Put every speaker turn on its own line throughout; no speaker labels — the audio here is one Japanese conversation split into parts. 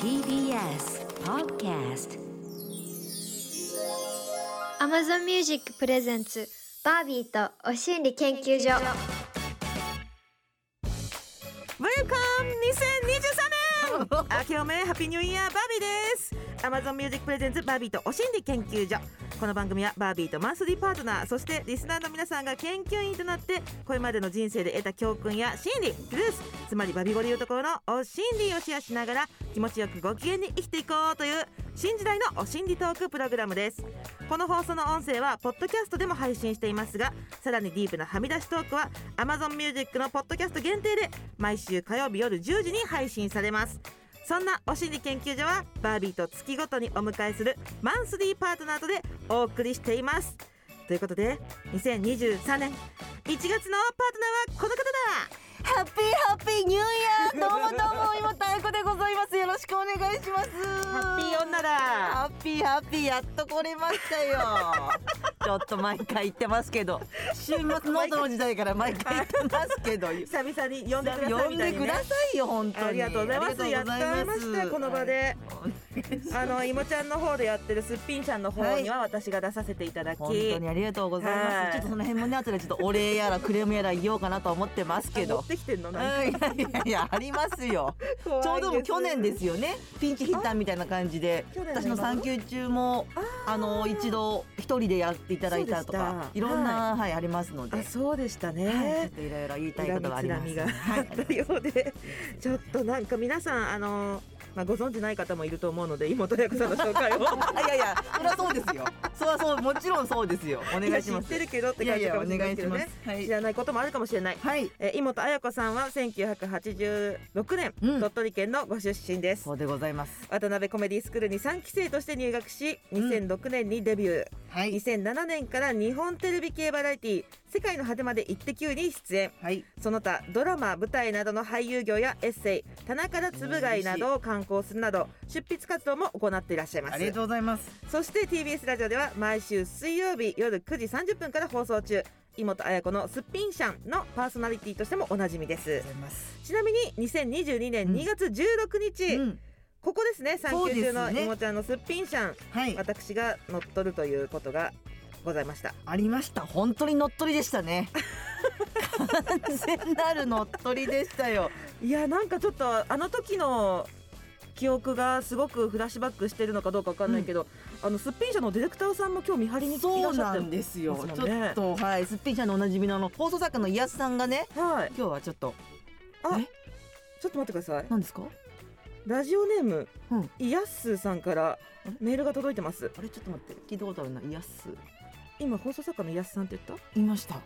TBS Podcast
Amazon Music プレゼンツバービーとお心理研究所
Welcome 2023年明けおめハッピーニューイヤーバービーです Amazon Music Presents バービーとお心理研究所この番組はバービーとマンスリーパートナーそしてリスナーの皆さんが研究員となってこれまでの人生で得た教訓や心理ルースつまりバビ語でいうところのお心理をシェアしながら気持ちよくご機嫌に生きていこうという新時代のお心理トークプログラムですこの放送の音声はポッドキャストでも配信していますがさらにディープなはみ出しトークは Amazon Music のポッドキャスト限定で毎週火曜日夜10時に配信されますそんなお心理研究所はバービーと月ごとにお迎えするマンスリーパートナーとでお送りしていますということで2023年1月のパートナーはこの方だ
ハッピーハッピーニューイヤーどうもどうも今太鼓でございますよろしくお願いします
ハッピー女だ
ハッピーハッピーやっと来れましたよ ちょっと毎回言ってますけど週末ノートの時代から毎回言ってますけど
久々に呼んでくださ い
呼
み
ん
た
で
いに
く
ね
ださいよ本当に
ありがとうございますやっておりましたこの場であのいもちゃんの方でやってるすっぴんちゃんの方には私が出させていただき、
本当にありがとうございます、
はい
ちょっとその辺もね後でちょっとお礼やらクレームやら言おうかなとは思ってますけ
持
ど
ってきてんの
うんい
なんか
やいやいやありますよ
怖い
ちょうどもう去年ですすよねピンチヒッターみたいな感じで
去年の今
私の産休中もあの一度一人でやっていただいたと
そうで
か
した
いろんな、はいありますので、
あ
はい、ち
そうでした
ょっ
ね、
といろいろ言いた
はい
ことがあります。
があったようで、ちょっとなんか皆さんあのまあご存知ない方もいると思うので妹役さんの紹介を
あ いやいや それはそうですよ。それはそうもちろんそうですよ。お願いしま
知っ
す。
てるけどって
い
感
やい
じ
や
か
お
もしれな
願
い
い
け
し
ど
ま
ね
す。はい
知らないこともあるかもしれない。
はい。
えー妹綾子さんは1986年、
うん
鳥取県のご出身です
そうでございます。
渡辺コメディスクールに3期生として入学し2006年にデビュー、
はい
2007年から日本テレビ系バラエティ「世界の果てまでイッテ Q!」に出演
はい。
その他ドラマ舞台などの俳優業やエッセイ田中田つぶ貝などを刊行するなど執筆活動も行っていらっしゃいま
ありが
す
とうございます。
そして TBS ラジオでは毎週水曜日夜9時30分から放送中妹綾子の「すっぴんシャン」のパーソナリティとしてもおなじみです
ありがとうございます。
ちなみに2022年
うん
2月16日、
うん。
ここですね産
そう
休
で
中
すね
の妹ちゃんのすっぴんシャン、
はい。
私が乗っ取るということがございました
ありました本当に乗っ取りでした ね完全なる乗っ取りでしたよ
いやなんかちょっとあの時の記憶がすごくフラッシュバックしてるのかどうかわかんないけど、あのすっぴん社のディレクターさんも今日見張りにいら
そう
っしゃ
な
って
んですよ
そうで
ち
すもん
ょ
ね
っとはいすっぴんちゃんのおなじみのあの放送作家のイヤスさんがね
はい
今日はちょっと
あ
え
ちょっと待ってください
何ですか
ラジオネーム、
うん
イヤッスーさんからメールが届いてます
あれちょっと待って聞いたことあるなイヤス
今放送作家のイヤッスーさんって言っ
いました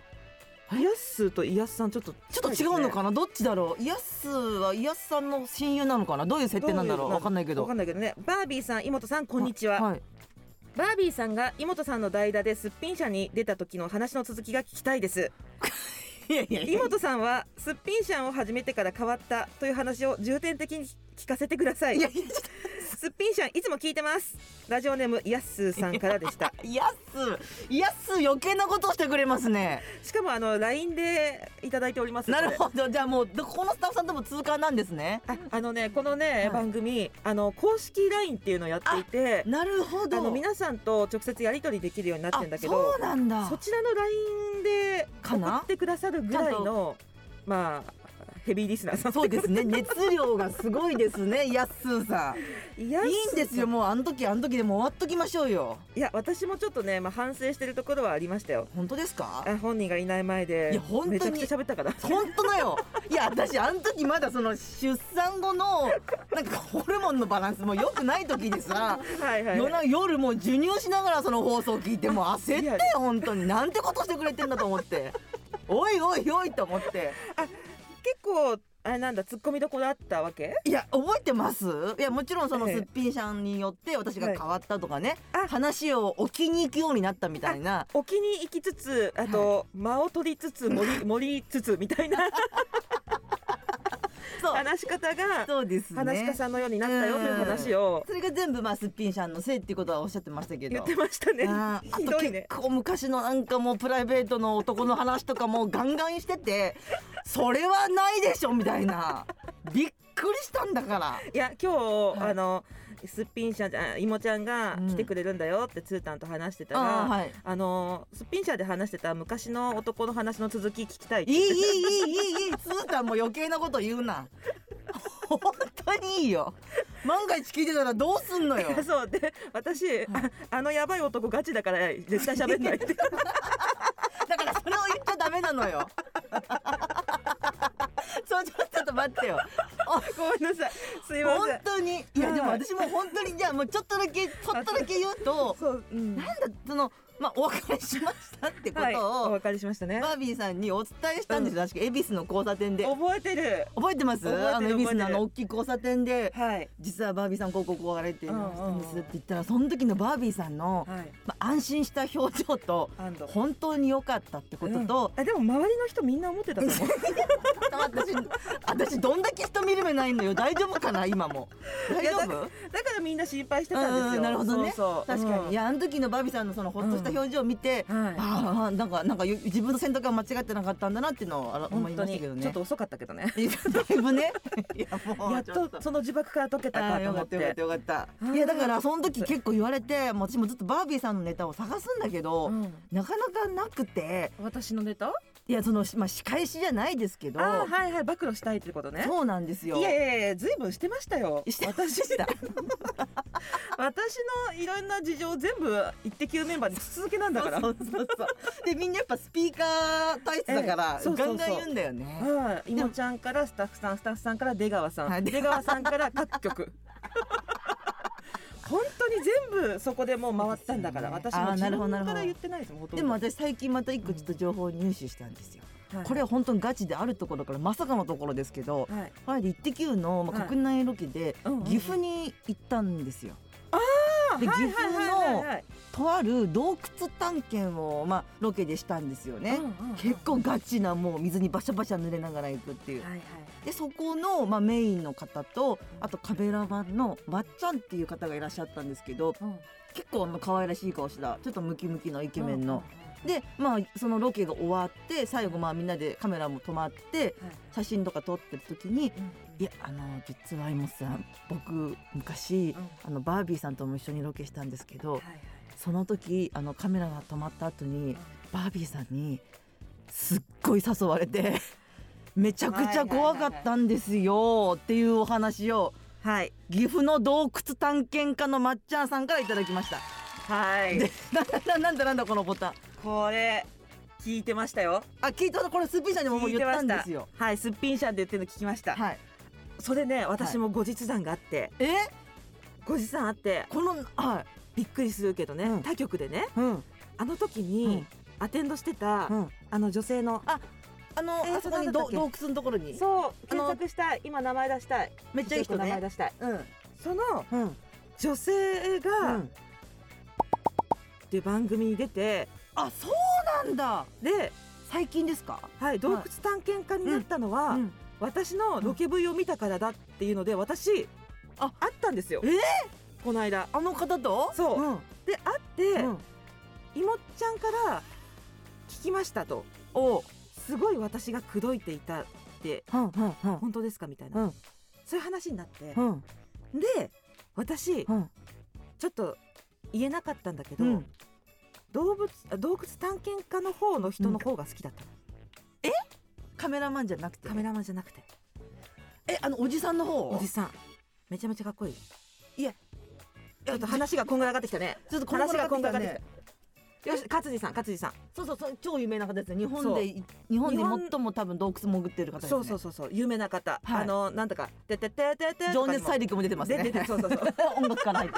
たイヤッスーとイヤッスーさんちょっと
ちょっと違うのかなどっちだろうイヤスはイヤスさんの親友なのかなどういう設定なんだろう
どういう
わかんないけ
わ
ど
かんないけどねバービーさん妹さんこんにちは、
はい
バービーさんが妹さんの代打ですっぴん社に出た時の話の続きが聞きたいです
いやいやいや
妹さんはすっぴん社を始めてから変わったという話を重点的に聞かせてください
いやいやちょっ
すっぴん社いつも聞いてますラジオネームイヤッスーさんから でした
とイヤスイヤス余計なことしてくれますね
しかもあの LINE でいただいております
なるほどじゃあもうどこのスタッフさんとも通過なんですね
ああのねこのね、
はい
番組あの公式 LINE っていうのをやっていて
なるほ
あ
ど
の皆さんと直接やり取りできるようになってんだけど
あそうなんだ
そちらの LINE で
か
送
な
ってくださるぐらいのまあヘビーリスナーさん
そうですね熱量がすごいですねやっすーさ
いや
んいいんですよもうあの時あの時でもう終わっときましょうよ
いや私もちょっとね、まあ、反省してるところはありましたよ
本当ですか
あ本人がいない前で
いや本当に
めちゃくちゃ喋ったから
本当だよいや私あの時まだその出産後のなんかホルモンのバランスも良くない時でさ
はいはい、
夜な夜もう授乳しながらその放送聞いてもう焦ったよ
リア
本当になんてことしてくれてんだと思っておいおいおいと思って
結構あれなんだツッコミどころあったわけ
いや覚えてますいやもちろんその
え
す
え
っぴんさんによって私が変わったとかね、
はいあ
話を置きに行くようになったみたい な
置きに行きつつあと、間を取りつつ盛り 盛りつつみたいな
そう
話し方が
そうですね
話し家さんのようになったよという話を
それが全部まあすっぴんさんのせいっていうことはおっしゃってましたけど
言ってましたね
あーあ
ひ
と
どいね
結構昔のなんかもうプライベートの男 の話とかもガンガンしててそれはないでしょみたいなびっくりしたんだから
いや今日、
い
あのすっぴん社じゃあいもちゃんが来てくれるんだよってつーたんと話してたら、
あーはい
あのすっぴん社で話してた昔の男の話の続き聞きたいっ
い
て
いいいいいいいいつーたんもう余計なこと言うな本当にいいよ万が一聞いてたらどうすんのよ
あ そうで私、ああのやばい男ガチだから絶対喋ん ないって
だからそれを言っちゃダメなのよ そうちょっとちょっと待ってよ
ごめんなさいすいま
本
せん
当にいや
はい
でも私も本当にじゃあもうちょっとだけちょっとだけ言うと
そう、うん、
なんだそのまあお別れしましたってこ
はい
と
お
を、
分かりしましたね
バービーさんにお伝えしたんですよ、確か恵比寿の交差点で
覚えてる
覚えてます
覚えてる
あの恵比寿のあ
覚えてる
の大きい交差点で
はい
実はバービーさんこうこうこうあれっていうのをしたんです
うんうんうん
って言ったらその時のバービーさんの、
はい
まあ、安心した表情と
安堵
本当に良かったってことと、
うんあでも周りの人みんな思ってたと 思う
私私どんだけ人見る目ないのよ大丈夫かな今も大
いや
丈
だ
夫
からだからみんな心配してたんです
う
よ
んなるほどね
そうそう
確かに、
うん
いやあの時のバビさんのそのほっとした表情を見て、
うんはい
ああなんかなんかゆ自分の選択が間違ってなかったんだなっていうのをあら思い
本当
まし
に
たけどね
ちょっと遅かったけど ね
だいぶね いやもう
やっ
ちょ
とその呪縛から解けた
あ
か
あ
と
よ
思
か
っ
ってたよかったよかった
うん
いやだからその時結構言われてもう私もずっとバービーさんのネタを探すんだけど、
うん
なかなかなくて
私のネタ
いやその、まあ、仕返しじゃないですけど、
あーはいはい暴露したいってことね
そうなんですよ
いやいやいやずいぶんしてましたよ
してま
私
した
私のいろんな事情全部「イッテ Q!」メンバーで筒抜けなんだから
そうそうそうでみんなやっぱスピーカー体質だから、
ええそうそうそう
ガンガン言うんだよね
はい、いもちゃんからスタッフさんスタッフさんから出川さん、
はい
出川さんから 各局本当に全部そこでもう回ったんだから、
そうで
私
すよね
も
あーなる
自
ほど
分
なるほ
か
ど
ら言ってないですもんほとん
で
ど
も私最近また一個ちょっと情報を入手したんですよ、
はい
これは本当にガチであるところからまさかのところですけど、
はい
この間イッテ Q!」のまあ
はい
国内ロケで
うんうん
岐阜に行ったんですよ。
あ
で岐
はい
阜
はいはいはい
の
はい
とある洞窟探検をまあロケでしたんですよね
うんうんうん。
結構ガチなもう水にバシャバシャ濡れながら行くっていう。
はいはい
でそこの、まあ、メインの方とあとカメラマンのまっちゃんっていう方がいらっしゃったんですけど
うん
結構あの可愛らしい顔したちょっとムキムキのイケメンの
う
でまあそのロケが終わって最後まあみんなでカメラも止まって
んうんはい
写真とか撮ってる時に
うん
「いやあの実はイモさん僕昔
うん
あのバービーさんとも一緒にロケしたんですけ
は
ど
いはい
その時あのカメラが止まった後にバービーさんにすっごい誘われて めちゃくちゃ怖かったんですよっていうお話を
はい
岐阜の洞窟探検家のまっちゃんさんからいただきました。
はい
でなな なんだなんだこのボタン
これ聞いてましたよ
あ聞いたこれスーピーさんにももう
聞
言
い
って
ま
た
し
んで
た
すよ。
はいすっぴんしゃんで言ってるの聞きました、
はい。
それね私も後日談があって
え
後日談あって
このはい。
びっくりするけどね、
うん
他局でね
うん。
あの時
う
に
ん
アテンドしてた、
うん。
あの女性の
あの、
えー
あそこに
そうなんだ
ど
っけ
洞窟のところに
そう
あの
検索したい今名前出したい
めっちゃいい人
名前
ね。
出したい
うん
その
うん
女性が、
う
っ
ん。
ていう番組に出て
あそうなんだ。
で、
最近ですか？
はい、洞窟探検家になったのは、
うん
私のロケ V を見たからだっていうので私
あ
会ったんですよ、
え
この間
あの方と？
そう
うん。
で会って、
うん
いもっちゃんから聞きましたと
おう。
すごい私が口説いていたって
うんうんうん
本当ですかみたいな、
うん
そういう話になって、
うん
で私ち
う
ょ
ん
っと言えなかったんだけ
う
ど、
ん。
動物あ洞窟探検家の方の人の方が好きだったの、
カメラマンじゃなくて。
カメラマンじゃなくて
えあのおじさんの方？
おじさんめちゃめちゃかっこいい
いや
ちょっと話がこんがらがってきたね
ちょっとこの
話がこんが
方
らが
が
ってきた
ね。
よし勝地さん勝地さん、
そうそうそう超有名な方ですね。日本
そう
で日本で
日本
最も多分洞窟潜ってる方ですね。
そうそうそうそう有名な方、
はい
あのなんとか「ててててて」
情熱大
陸
陸も出てますね。
出てるそうそう そう
音楽から入っ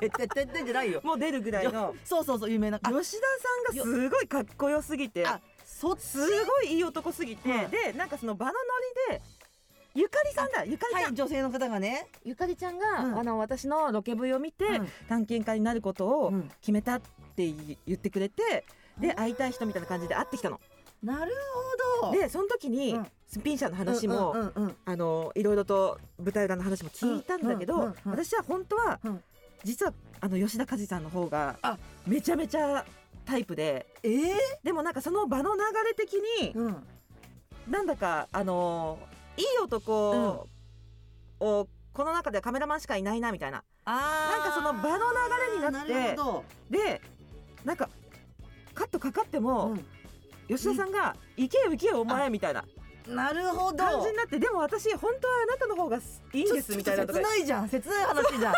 て。ててててじゃないよ。
もう出るぐらいの
そうそうそう有名な。あ
吉田さんがすごいかっこよすぎて
あそっち
すごいいい男すぎて、
はい
でなんかその場のノリでゆかりさんだゆかり
は
ちゃん、
い女性の方がね。
ゆかりちゃんが、
うん
あの私のロケ部を見て、
うん
探検家になることを
うん
決めたってい言ってくれて、
う
で
ん
会いたい人みたいな感じで会ってきたの。
なるほど。
でその時に、
うん
スピン社の話も、
うんうんうん
あのいろいろと舞台裏の話も聞いたんだけど、
うんうんうんうん
私は本当は、
うん
実はあの吉田和さんの方が
あ
めちゃめちゃタイプで
ええ
でもなんかその場の流れ的に、
うん。
なんだかあのいい男おこの中でカメラマンしかいないなみたいな
あ
なんかその場の流れになって
なるほ
でなんかカットかかって
ど、
も、
うん
吉田さんが「行けよ行けよお前」みたいな
なるほど
感じになってでも私本当はあなたの方がいいんですみたいなと
切
か
ないじゃん切ない話じ ゃん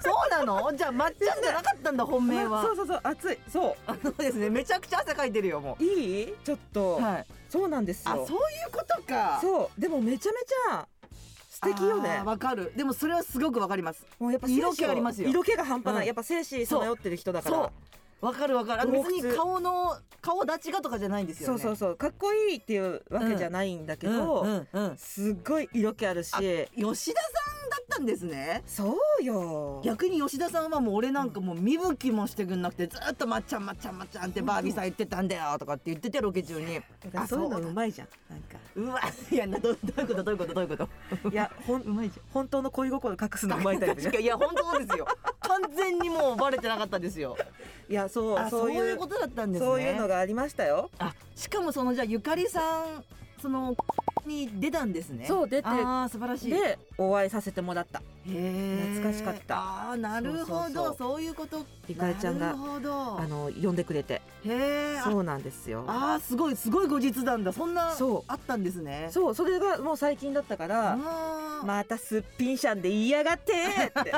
そうなのじゃあまっちゃんじゃなかったんだ本命 は
そうそうそう熱いそ
あのですねめちゃくちゃ汗かいてるよも
ういいちょっと、
うはい
そうなんです
あ
よ
そういうことか
そうでもめちゃめちゃ素敵よね
あーわかるでもそれはすごくわかります
もうやっぱ
色気ありますよ
色気が半端な
う
い、
ん
やっぱ精子漂ってる人だから
そうわかるわかるあの
洞
別
窟
に顔の顔立ちがとかじゃないんですよ
そう
ね
そうそうかっこいいっていうわけじゃないんだけど、
うんうんうん
すっごい色気あるし
あ吉田さんだったんですね
そうよ
逆に吉田さんはもう俺なんかもう見吹きもしてくんなくてずっとまっちゃんまっちゃんまっちゃんってバービーさん言ってたんだよとかって言っててロケ中にあ
そういうの
そうだ
うまいじゃんなんか
うわいやなどどういうことどういうことどう いう こと
いやほん
うまいじ
本当の恋心隠す
ゃ
の
ん
うまいタイプじ
確
ゃん
かにいや本当ですよ完全にもうバレてなかったですよ
いやそう
あそ
そう
う
い
いううことだったんですね
そういうのがありましたよ
あしかもそのじゃあゆかりさんそのに出たんですねう
そう出
ああ素晴らしい
でお会いさせてもらった
へ
懐かしかった
ああなるほどそう
そうそうそう
いうこと
ゆかりちゃんが
なるほど
あの呼んでくれて
へえ
そうなんですよ
ああーすごいすごい後日談だそんな
そう
あったんですね
そうそれがもう最近だったから
あー
またすっぴんしゃんで言いやがってって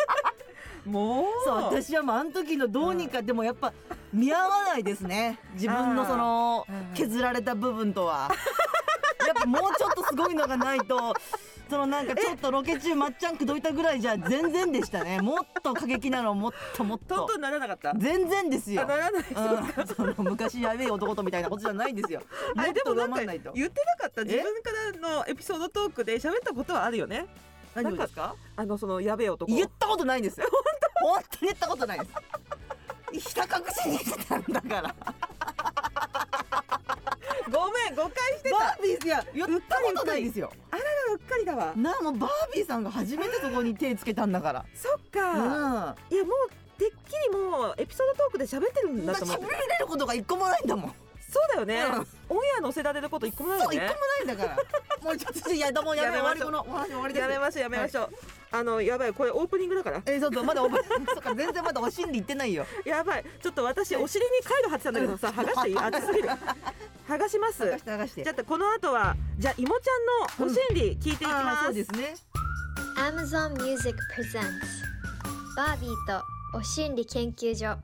もう
そう私はもうあの時のどうにか、でもやっぱ見合わないですね自分のその
うん
削られた部分とは やっぱもうちょっとすごいのがないとそのなんかちょっとロケ中まっちゃんくどいたぐらいじゃ全然でしたねもっと過激なのもっともっ
トン
と
トンならなかったあ
全然ですよ
ならな
う
い
ん、 その昔やべえ男とみたいなことじゃないんですよ。も
あ
っ
れで
と
もな
上
ん
回
か
んない
言
と。
ってなかった
え
自分からのエピソードトークで喋ったことはあるよね
何をですか？
あのそのやべえ男
言ったことないんですよ。本当に言ったことないです。 ひた隠しにしてたんだから。
ごめん誤解してた
バービーいや言ったことないですよ。
うっかりだわ
なあもうバービーさんが初めてそこに手つけたんだから。
そっ
うん。
か
ま
いやもうてっきりもうエピソードトークで喋ってるんだ
あ
と思っ
喋
て
れることが一個もないんだもん。
そうだよね
うん
オンエア載せられること一個もない
そ
よ
う一個
ね
もないんだから。 もうちょっといやだもうやめ終
やめ
わ
ま
り
しょ
こ
う
のお話終わりです
や。めましょうやめましょうあのやばいこれオープニングだから
えそうそうまだおば そっか全然まだお心理言ってないよ。
やばいちょっと私お尻にカイロ貼ってたんだけどさ剥が していい熱すぎる剥がします
流して流して。
じゃあこの後はじゃあいもちゃんのお心理聞いていき
あー
ま
そ
す、
うですね。
Amazon Music Presents バービーとお心理研究所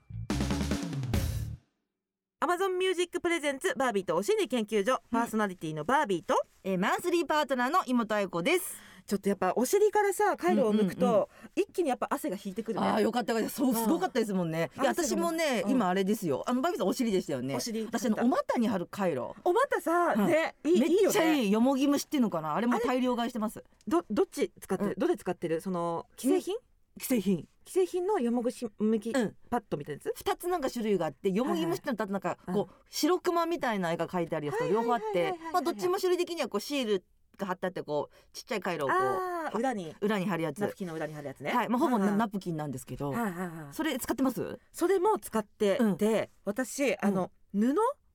Amazon Music プレゼンツバービーとお心理研究所パーソナリティのバービーと、
えーマンスリーパートナーの妹愛子です。
ちょっとやっぱお尻からさカイロを抜くと、
うんうんう
一気にやっぱ汗が引いてくるね
ああよかったよかったそううんすごかったですもんね。いや
あそう
私もね、
うん
今あれですよ。あのバビさんお尻でしたよね。
お尻
私あのお股に貼るカイロ。
おまたさ、
うん
ねいい
めっ
いいよ
ちゃ
ね
いいよもぎ虫っていうのかなあれも
あれ
大量買いしてます。
どどっち使ってる、
うん
どれ使ってるその既製品
既製品。
既製品のよもぐし向き、
うん
パッドみたいなやつ
二つなんか種類があってよもぎ虫ってのとあとなんか
うん
こう白熊みたいな絵が描いてあるやつと両方あっ
はいはい
て
はいはいはいはい
まあどっちも種類的にはこうシールが貼ってあってこうちっちゃいカイロをこ
ああ
う
裏に
裏に貼るやつ
ナ。プキンの裏に貼るやつね
はいまあほぼ
うんうん
ナプキンなんですけど
はいはいはい
それ使ってます？
それも使ってて、私あの、布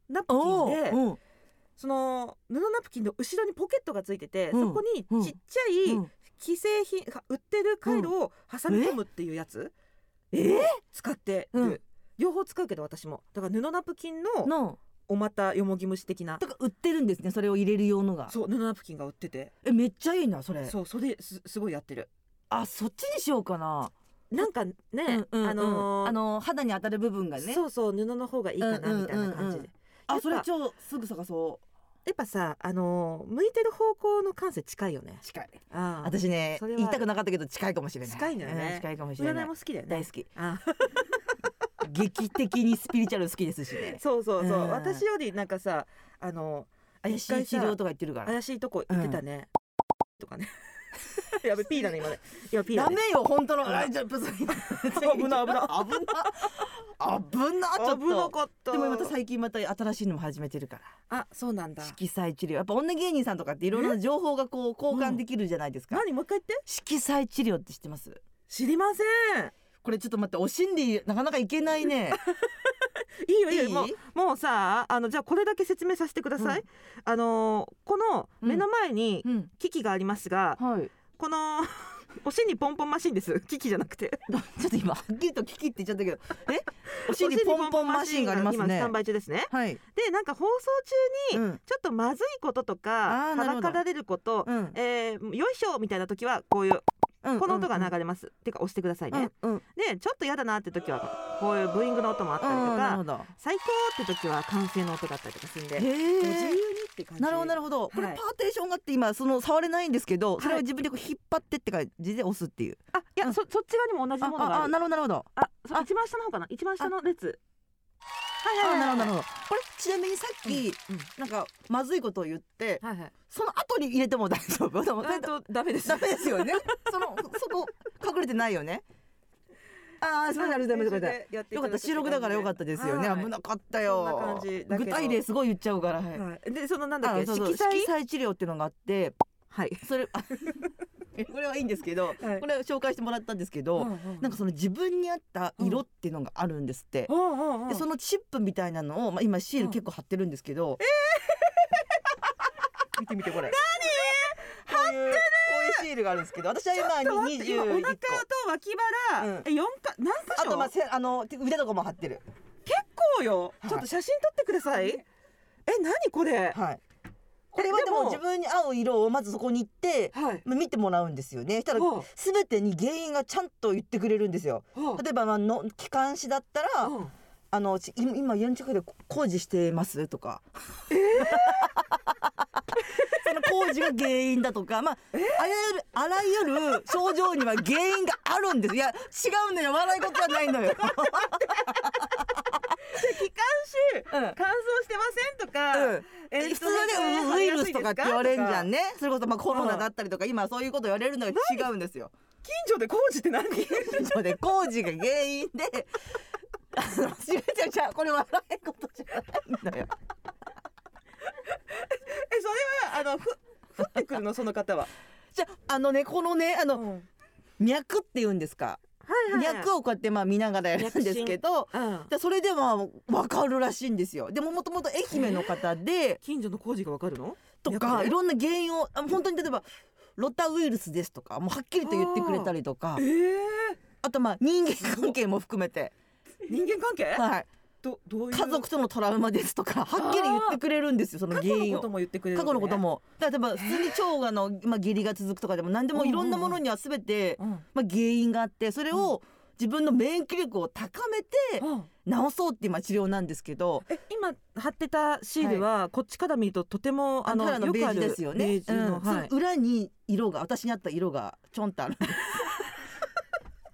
ナプキンで、
ーうん
その布ナプキンの後ろにポケットがついてて、
うん
そこに
うん
ちっちゃい
うん
既製品、は売ってる回路を挟み込むっていうやつ、
えー
使ってる、
うん
両方使うけど私もだから布ナプキンの
の
お股よもぎ虫的な
とか売ってるんですねそれを入れる用のが
そう布ナプキンが売ってて
えめっちゃいいなそれ
そうそれすすごいやってる
あそっちにしようかな、
なんかね、あのー
あの肌に当たる部分がね
そうそう布の方がいいかな
うんうんうんうん
みたいな感じで、やっ
あ
ぱ
それ超すぐ探そ
やっぱさあのー向いてる方向の感性近いよね
う近い
ああ
私ね
それは
言いたくなかったけど近いかもしれない
近いのよね
うん近いかもしれな
占
い
いも好きだよね
大好き
あ
劇的にスピリチュアル好きですしね
そうそうそう、
うん
私よりなんかさあのあ
怪
一
しい
回
治
さ
療とか言ってるから
怪しいとこ行ってたね、とかね やべピーだね今ねいやピー
ダ
だ
メ
ね
よ本当の
うん
ライジャンプ危
危ない危ない
危な危なちょっと
危なかった
でもまた最近また新しいのも始めてるから
あそうなんだ
色彩治療やっぱ女芸人さんとかっていろんな情報がこう交換できるじゃないですか、
何もう一回言って
色彩治療って知ってます
知りませ
これちょっと待ってお心理なかなかいけないね
ん いいよいいよ
いい
もうもうさあのじゃあこれだけ説明させてください、あのーこの目の前に
うん
機器がありますが、
はい
この おしにポンポンマシンです 機器じゃなくて
ちょっと今はっきりと聞きって言っちゃったけど え お尻ポンポンマシンがあります
お尻ポンポンマシン今ス
ね
タンバイ中ですね
はい、
でなんか放送中
う
に
ん
ちょっとまずいこととか
あーなるほど
はばかられること、
うん
えーよいしょみたいな時はこういう
うん、
この音が流れます、っていうか押してくださいね、
うんうん
でちょっと嫌だなって時はこういうブーイングの音もあったりと
あーなる
か
ほど
最高って時は歓声の音だったりとかするんで、
へ
もう自由に
ー
って感じ
なるほどなるほどこれパ
は
ー
い
テーションがあって今その触れないんですけどそれを
はい
自分でこう引っ張ってって感じで押すっていう
あいや、
うん
そそっち側にも同じ
あ
ものが
あ
あ
あ
る
なるほどなるほど
あそ
あ
一番下の方かな一番下の列はいは
あ
い
なるほ
はい
どなるほ
はい
どこれちなみにさっき、
うんうん
なんかまずいことを言って
はいはい
その後に入れても大丈夫 ダ
あとダメです
メですよねそのそこ隠れてないよねああすみませんありがとうございますよかった収録だからよかったですよね、
はい
危なかった
そんな
よ
感じだ
具
けど
体例すごい言っちゃうから、はい
はい、でそのなんだっ
あ
け
そうそう
色彩
色彩治療っていうのがあって
はい、
それあこれはいいんですけど、
はい
これを紹介してもらったんですけど、なんかその自分に合った色っていうのがあるんですって、
うんうんうん
でそのチップみたいなのを、まあ、今シール結構貼ってるんですけど、 見てみてこれ何貼ってるこういうシールがあるんですけど私は今
待って今お
21
腹と
個
脇腹、
うん
え四か何箇
あ
所
とまあせあの手腕とかも貼ってる
結構よ、
はい
ちょっと写真撮ってくださいえ何これ
はいこれはで
で
も
も
自分に合う色をまずそこに行って
はい
まあ見てもらうんですよねしたら
ほう
全てに原因がちゃんと言ってくれるんですよ
ほう
例えばまあの気管支だったら
うん
あのち今今家の近くで工事してますとか、 その工事が原因だとか、まあ、あらゆるあらゆる症状には原因があるんですいや違うのよ笑い事はないのよ、
気管支乾燥してませんとか、
うん
えー
普
っ
通
と
はねウイルスとかって言われるじゃん
ね
ねそれこそまあコロナだったりとか、今そういうこと言われるのが違うんですよ。
近所で工事って何
近所で工事が原因であの違う違う違うこれ笑い事じゃないのよ。
えそれはあのふ降ってくるのその方は、
じゃああのねこのねあ
う
の、
ん、はい
脈って言うんですか、脈をこうやってまあ見ながらやるんですけど
うん
じゃあそれでは分かるらしいんですよでももともと愛媛の方で
近所の工事がわかるの
と
脈
か
ね
いろんな原因をあ本当に例えばロタウイルスですとかもうはっきりと言ってくれたりとか
えー、
あとまあ人間関係も含めて、
人間関係、
はい、
どどういう
家族とのトラウマですとかはっきり言ってくれるんですよその
過
原
去の
因
こ
を
と。も言ってくれる
過去のこと
ね、
もだから例えば普通に腸がの、まあ、下痢が続くとかでも何でもいろんなものには全て、
うん
まあ、原因があってそれを自分の免疫力を高めて
うん
治そうって今治療なんですけど
え今貼ってたシールは、こっちから見るととてもあの
ただの
よ
ベ
くあ
ージ
る
ュですよね。
ベージュの、
うん
はい
その裏に色が私にあった色がちょんとあるん です。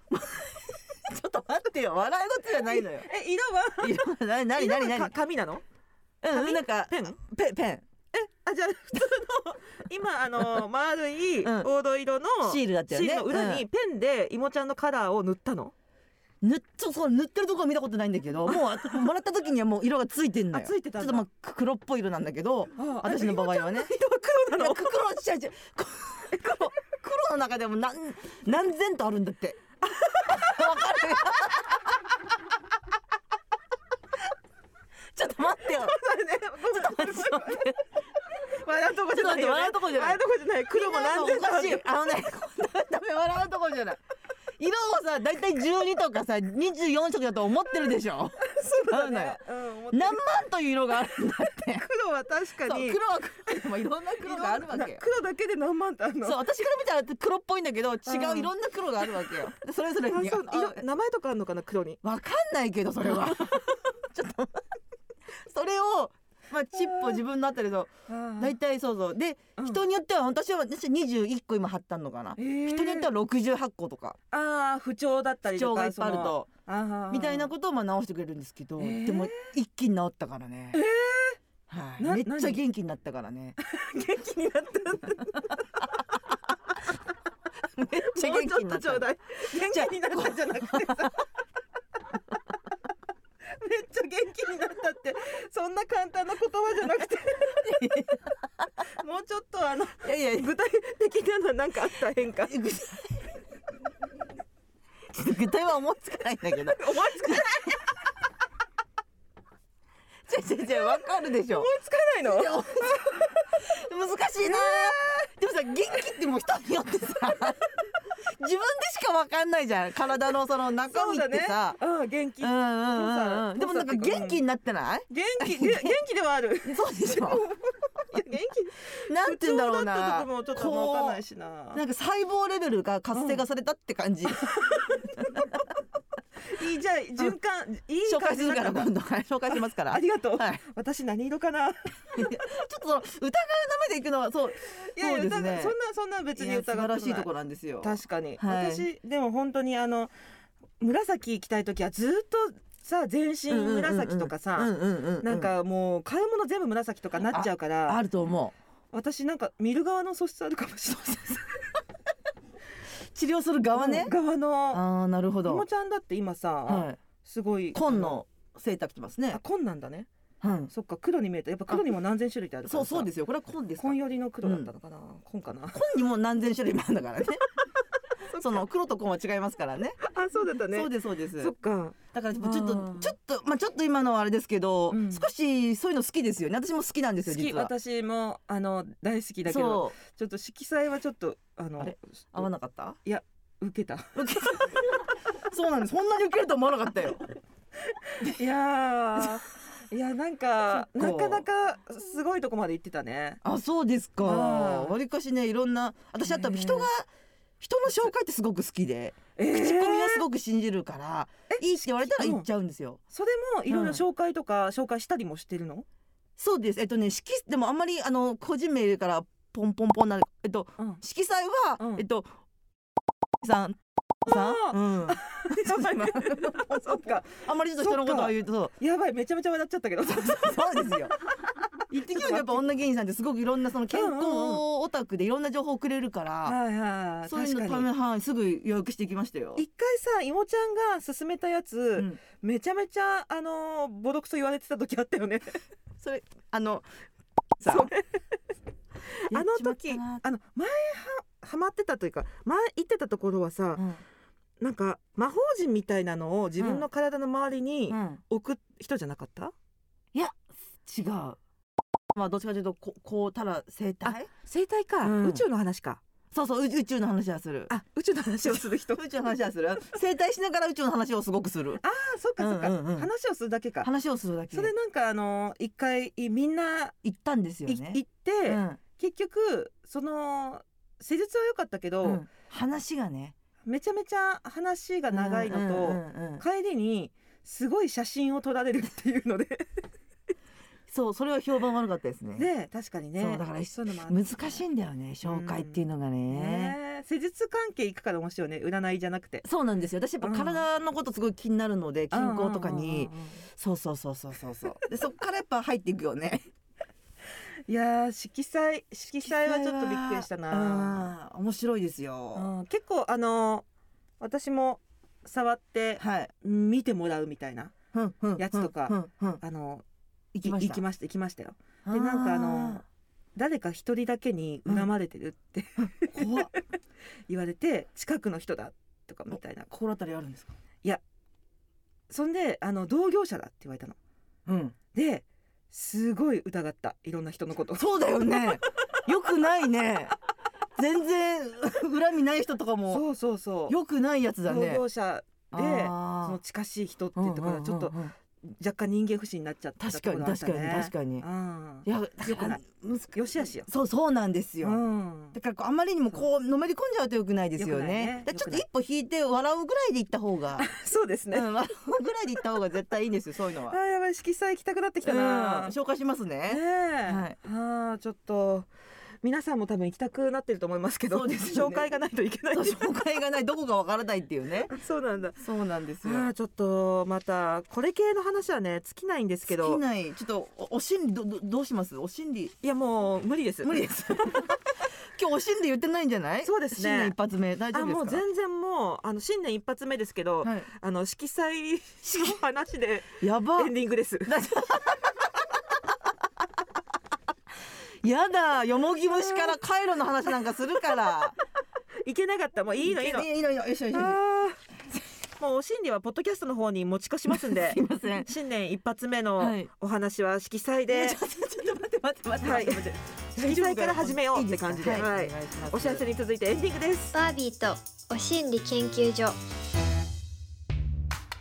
ちょっと待ってよ笑い事じゃないのよ。
え色は
色がな何
色は
何何
か紙なの
うんうんなんか
ペン
ペペン
あじゃあ普通の今あの丸い
うん
黄土色の
シールだったよ
シ
ね。
ールの裏にペンでいもちゃんのカラーを塗ったの、
うん塗っちょそう塗ってるとこは見たことないんだけど、もうあもらった時にはもう色がついてんのよ。
あついてたんだ
ちょっとまあ黒っぽい色なんだけど、私の場合はね。
色は黒ない
や
の
黒ちゃちゃ黒黒の中でも何何千とあるんだって。わかる。ちょっと待ってよ。
ごめんごめんごめん笑うとこじゃない
ちょっと待っ
よ、ね、
て笑うとこじゃない
笑うとこじゃない黒も何
みん
千
なのおか
とある
しい。あのね、ダメ笑うとこじゃない。色をさ、だいたい12とかさ、24色だと思ってるでしょ。
そうだ
な
ね
の、
うん、思って
何万という色があるんだって。
黒は確か
そう
に
黒は黒でもいろんな黒があるわけよ。
黒だけで何万ってあるの
そう私から見たら黒っぽいんだけど違
う
うんいろんな黒があるわけよ。それぞれ
あ
に
そう
あ
色名前とかあるのかな黒に
わかんないけどそれ はちょっとそれをまあチップを自分のあたりと大体そうそうで、
うん
人によっては私は私は21個今貼ったのかな、人によっては68個とか
ああ不調だった
不
り
調
と
がいっ
か
ぱいあると
そのあー
みたいなことをまあ直してくれるんですけど、
えー
でも一気に治ったからね、はい、
な
めっちゃ
何
元気になったから ね
元気になったんだ
めっちゃ
も
元
うち
気
ょ
に
っ
な
と
っ
ちょう
た
だい元気になったんじゃなくてさめっちゃ元気になったってそんな簡単な言葉じゃなくてもうちょっとあの
いやいや
具体的なのは何かあった変化思い
ちょっと具体は思いつかないんだけど
つかない
違う違う違うわかるでしょ
思いつかないの
難しいなでもさ元気ってもう人によってさ自分でしかわかんないじゃん体のその中身ってさ
そうだねうん元気
うんうんうんうんでもなんか元気になってない
元気で元気ではあるいや
そうでしょ
元気
なんて言うんだろう
不調だった
な
とこもちょっとわかん
こ
ないしな
うなんか細胞レベルが活性化されたって感じ、
いいじゃあ循環、いい
紹
感
介
じ
する
にな
から
った
今度はい紹介しますから
ありがとう、
はい、
私何色かない
ちょっとその疑うの目でいくのはそう
やいや
そうで
疑
す
う
ね
そんなそんな別に疑って
素
も
晴
な
ら
い
しいところなんですよ
確かに、
はい
私でも本当にあの紫着たい時はずっとさ全身紫とかさ、
うんうんうんうん
なんかもう買い物全部紫とかなっちゃうから
あると思う
私なんか見る側の素質あるかもしれない
治療する側ね、
側の
ああなるほ
もも
ど
ちゃんだって今さ、
はい
すごい
紺のセーター着てます
あ
ね、
紺なんだね
うん、
そっか黒に見えたやっぱ黒にも何千種類ってあるか
そ
ら
う
さ
そうですよこれは紺ですか
紺
紺
寄りの黒だったのかな、紺かな
にも何千種類もあるんだからね その黒と紺は違いますからね
あそうだった
そうですそうです
そっか
だからちょっと
うん
ちょっとまあちょっと今のはあれですけど、
うん
少しそういうの好きですよね私も好きなんです
好
よ
き
実は
私もあの大好きだけど
そう
ちょっと色彩はちょっとあの
あれ合わなかった
受けた
そうなんですそんなに受けると思わなかったよ
いや ーいやなんか
そ
な
っか
かなかすごいとこまで行ってたね
あそうですか
はい
わりかしねいろんな私あと
ねえ
人が人の紹介ってすごく好きで
えー
口コミはすごく信じるから、いいって言われたら言っちゃうんですよ。
それもいろいろ紹介とか紹介したりもしてるの、
そうですえっとね色でもあんまりあの個人名からポンポンポンなえっと
うん、
色彩は、
うん
えっとさんさ
あ
ん、うん、
そっか
あんまりちょっと人のことは言うとそう
やばいめちゃめちゃ笑っちゃったけ ど
そう ですよ。言ってきやっぱ女芸人さんってすごくいろんなその健康オタクでいろんな情報をくれるから、
はいはい
そういうの
確
た
かに
めはいすぐ予約していきましたよ。
一回さいもちゃんが勧めたやつ、
うん
めちゃめちゃあのーボロクソ言われてた時あったよね
それあのさ
そ
や
あ
っ
の
ちまった
時
な
あの前はハマってたというか前行ってたところはさ、
うん
なんか魔法陣みたいなのを自分の体の周りに
うん
置く人じゃなかった、
いや違う。まあどっちかというとここうたら生態
生態か、
うん
宇宙の話か
そうそう宇宇宙の話はする。
あ宇宙の話をする人 あ
宇宙の話はする。生態しながら宇宙の話をすごくする。
あそっかそっか、
うんうんうん
話をするだけか
話をするだけ。
それなんかあの一回みんな
行ったんですよ
い
ね。
行って、
うん
結局その施術は良かったけど、
うん話がね
めちゃめちゃ話が長いのと、
うんうんうんうん
帰りにすごい写真を撮られるっていうので
そうそれは評判悪かったですね。
ね確かにね
そうだから
そういうのもある
難しいんだよね紹介っていうのがね,、
ね施術関係行くから面白いね占いじゃなくて
そうなんですよ私やっぱ
うん
体のことすごい気になるので、健康とかに、
うんうんうんうん
そうそうそうそうそうそうでそっからやっぱ入っていくよ ね
いやー色彩色彩はちょっとびっくりしたな、
うん面白いですよ、
うん結構あの私も触って
はい
見てもらうみたいなやつとか
うんうんうん
あの
行きました
行きました行きましたよでなんかあの誰か一人だけに恨まれてるって
あー怖っ
言われて近くの人だとかみたいな
心当たりあるんですか
そんであの同業者だって言われたの
うん
ですごい疑ったいろんな人のこと
そうだよねよくないね全然恨みない人とかも
そうそうそう
よくないやつだね
同業者でその
あー
近しい人っていうところはちょっと
うんうんうんうん
若干人間不信になっちゃった
確
と
か
ころ
に
あっ
確
た
かに
ね
確かに
うん
いや
よくない
難し
よしあしよ
そうそうなんですよ、
うん
だからこうあまりにもこうのめり込んじゃうと良くないですよ
良くない
ね
ね
だからちょっと
良
一歩引いて笑うぐらいで行った方が、
そうです
う
ね
ん、笑うぐらいで行った方が絶対いいんですよそういうの
あ
は
ーやばい色彩行きたくなってきた
う
なん
紹介しますね
ねえ、あーちょっと皆さんも多分行きたくなってると思いますけど
そうですよね
紹介がないといけない
そう紹介がないどこかわからないっていうね
そうなんだ
そうなんです
あ
よ
ーちょっとまたこれ系の話はね尽きないんですけ
好
ど
きないちょっとおお心理どどどうしますお心理
いやもう無理です
無理です今日お心理言ってないんじゃない
そうですね
新年一発目大丈
あ
夫ですか
もう全然もうあの新年一発目ですけど、
はい、
あの色彩の話で
やば
エンディングです。
やだよもぎ虫からカイロの話なんかするから
いけなかったもういいのいいの。
いいのいいのよい しょよいしょよいしょ
あーもうお心理はポッドキャストの方に持ち越しますんで
すいません
新年一発目の
はい
お話は色彩で、
ちょっとちょっと待って待って待って
は
待っ
い
て待って、
色彩から始めようって感じで
いいすか
はい
お願いします
お知らせに続いてエンディングです
バービーとお心理研究所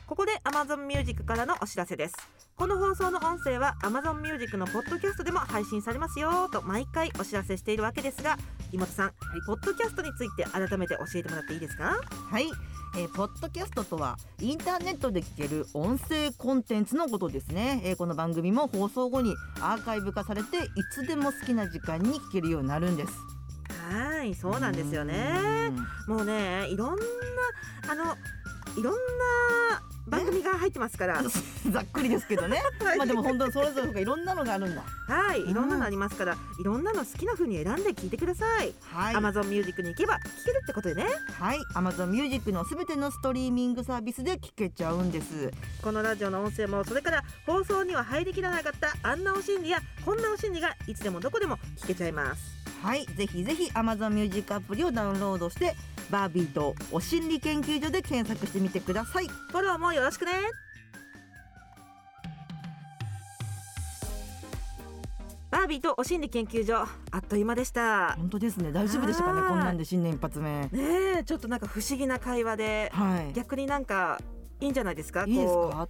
ここで Amazon Music からのお知らせですこの放送の音声は Amazon Music のポッドキャストでも配信されますよと毎回お知らせしているわけですが妹さんポッドキャストについて改めて教えてもらっていいですか
はい、えーポッドキャストとはインターネットで聞ける音声コンテンツのことですね、えーこの番組も放送後にアーカイブ化されていつでも好きな時間に聞けるようになるんです
はいそうなんですよねもうねいろんなあのいろんな番組が入ってますから、
うん ざっくりですけどね
はい
まあでも本当にそれぞれがいろんなのがあるんだ
はいいろんなのありますからいろんなの好きな風に選んで聞いてください、
はい
Amazon Music に行けば聞けるってことでね
はい Amazon Music のすべてのストリーミングサービスで聞けちゃうんです
このラジオの音声もそれから放送には入りきらなかったあんなお心理やこんなお心理がいつでもどこでも聞けちゃいます
はいぜひぜひ Amazon Music アプリをダウンロードしてバービーとお心理研究所で検索してみてください
フォローもよろしくねバービーとお心理研究所あっという間でした
本当ですね大丈夫でしたかね
はい
こんなんで新年一発目
ねえちょっとなんか不思議な会話で
はい
逆になんかいいんじゃないですか
いいです
こ
か
う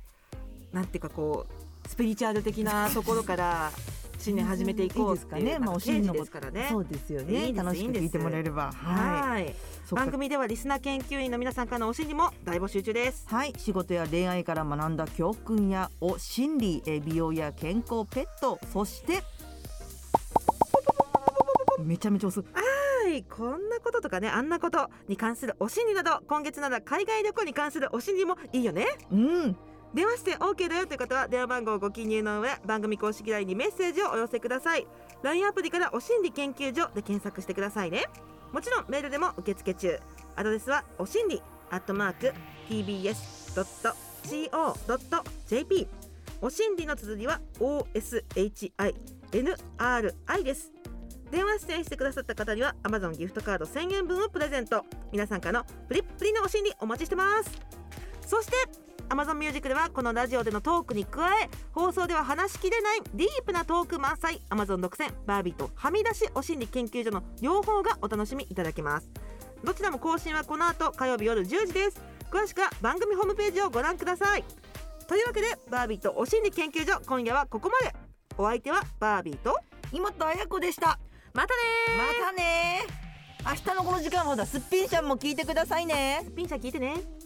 なんていうかこうスピリチュアル的なところ から新年始めていこうって
い
いう
いですかね
なん
まあ
か
お
定
心理のこ
時で
と
すからね
そうですよ
い
ね
いです
楽しく聞いてもらえればはい
はい
そっか
番組ではリスナー研究員の皆さんからのお心理も大募集中です
はい仕事や恋愛から学んだ教訓やお心理え美容や健康ペットそしてめちゃめちゃ遅い
はいこんなこととかねあんなことに関するお心理など今月なら海外旅行に関するお心理もいいよね
うん
電話して OK だよという方は電話番号をご記入の上番組公式 LINE にメッセージをお寄せください LINE アプリから「お心理研究所」で検索してくださいねもちろんメールでも受付中アドレスはお心理アットマーク tbs.co.jp お心理の綴りは OSHINRI です電話出演してくださった方には Amazon ギフトカード1000円分をプレゼント皆さんからのプリップリのお心理お待ちしてますそして Amazon Music ではこのラジオでのトークに加え放送では話しきれないディープなトーク満載 Amazon 独占バービーとはみ出しお心理研究所の両方がお楽しみいただけますどちらも更新はこの後火曜日夜10時です詳しくは番組ホームページをご覧くださいというわけでバービーとお心理研究所今夜はここまでお相手はバービーと
今とあやこでした
またね
またね明日のこの時間はまだすっぴんちゃんも聞いてくださいね
ーピンちゃん聞いてね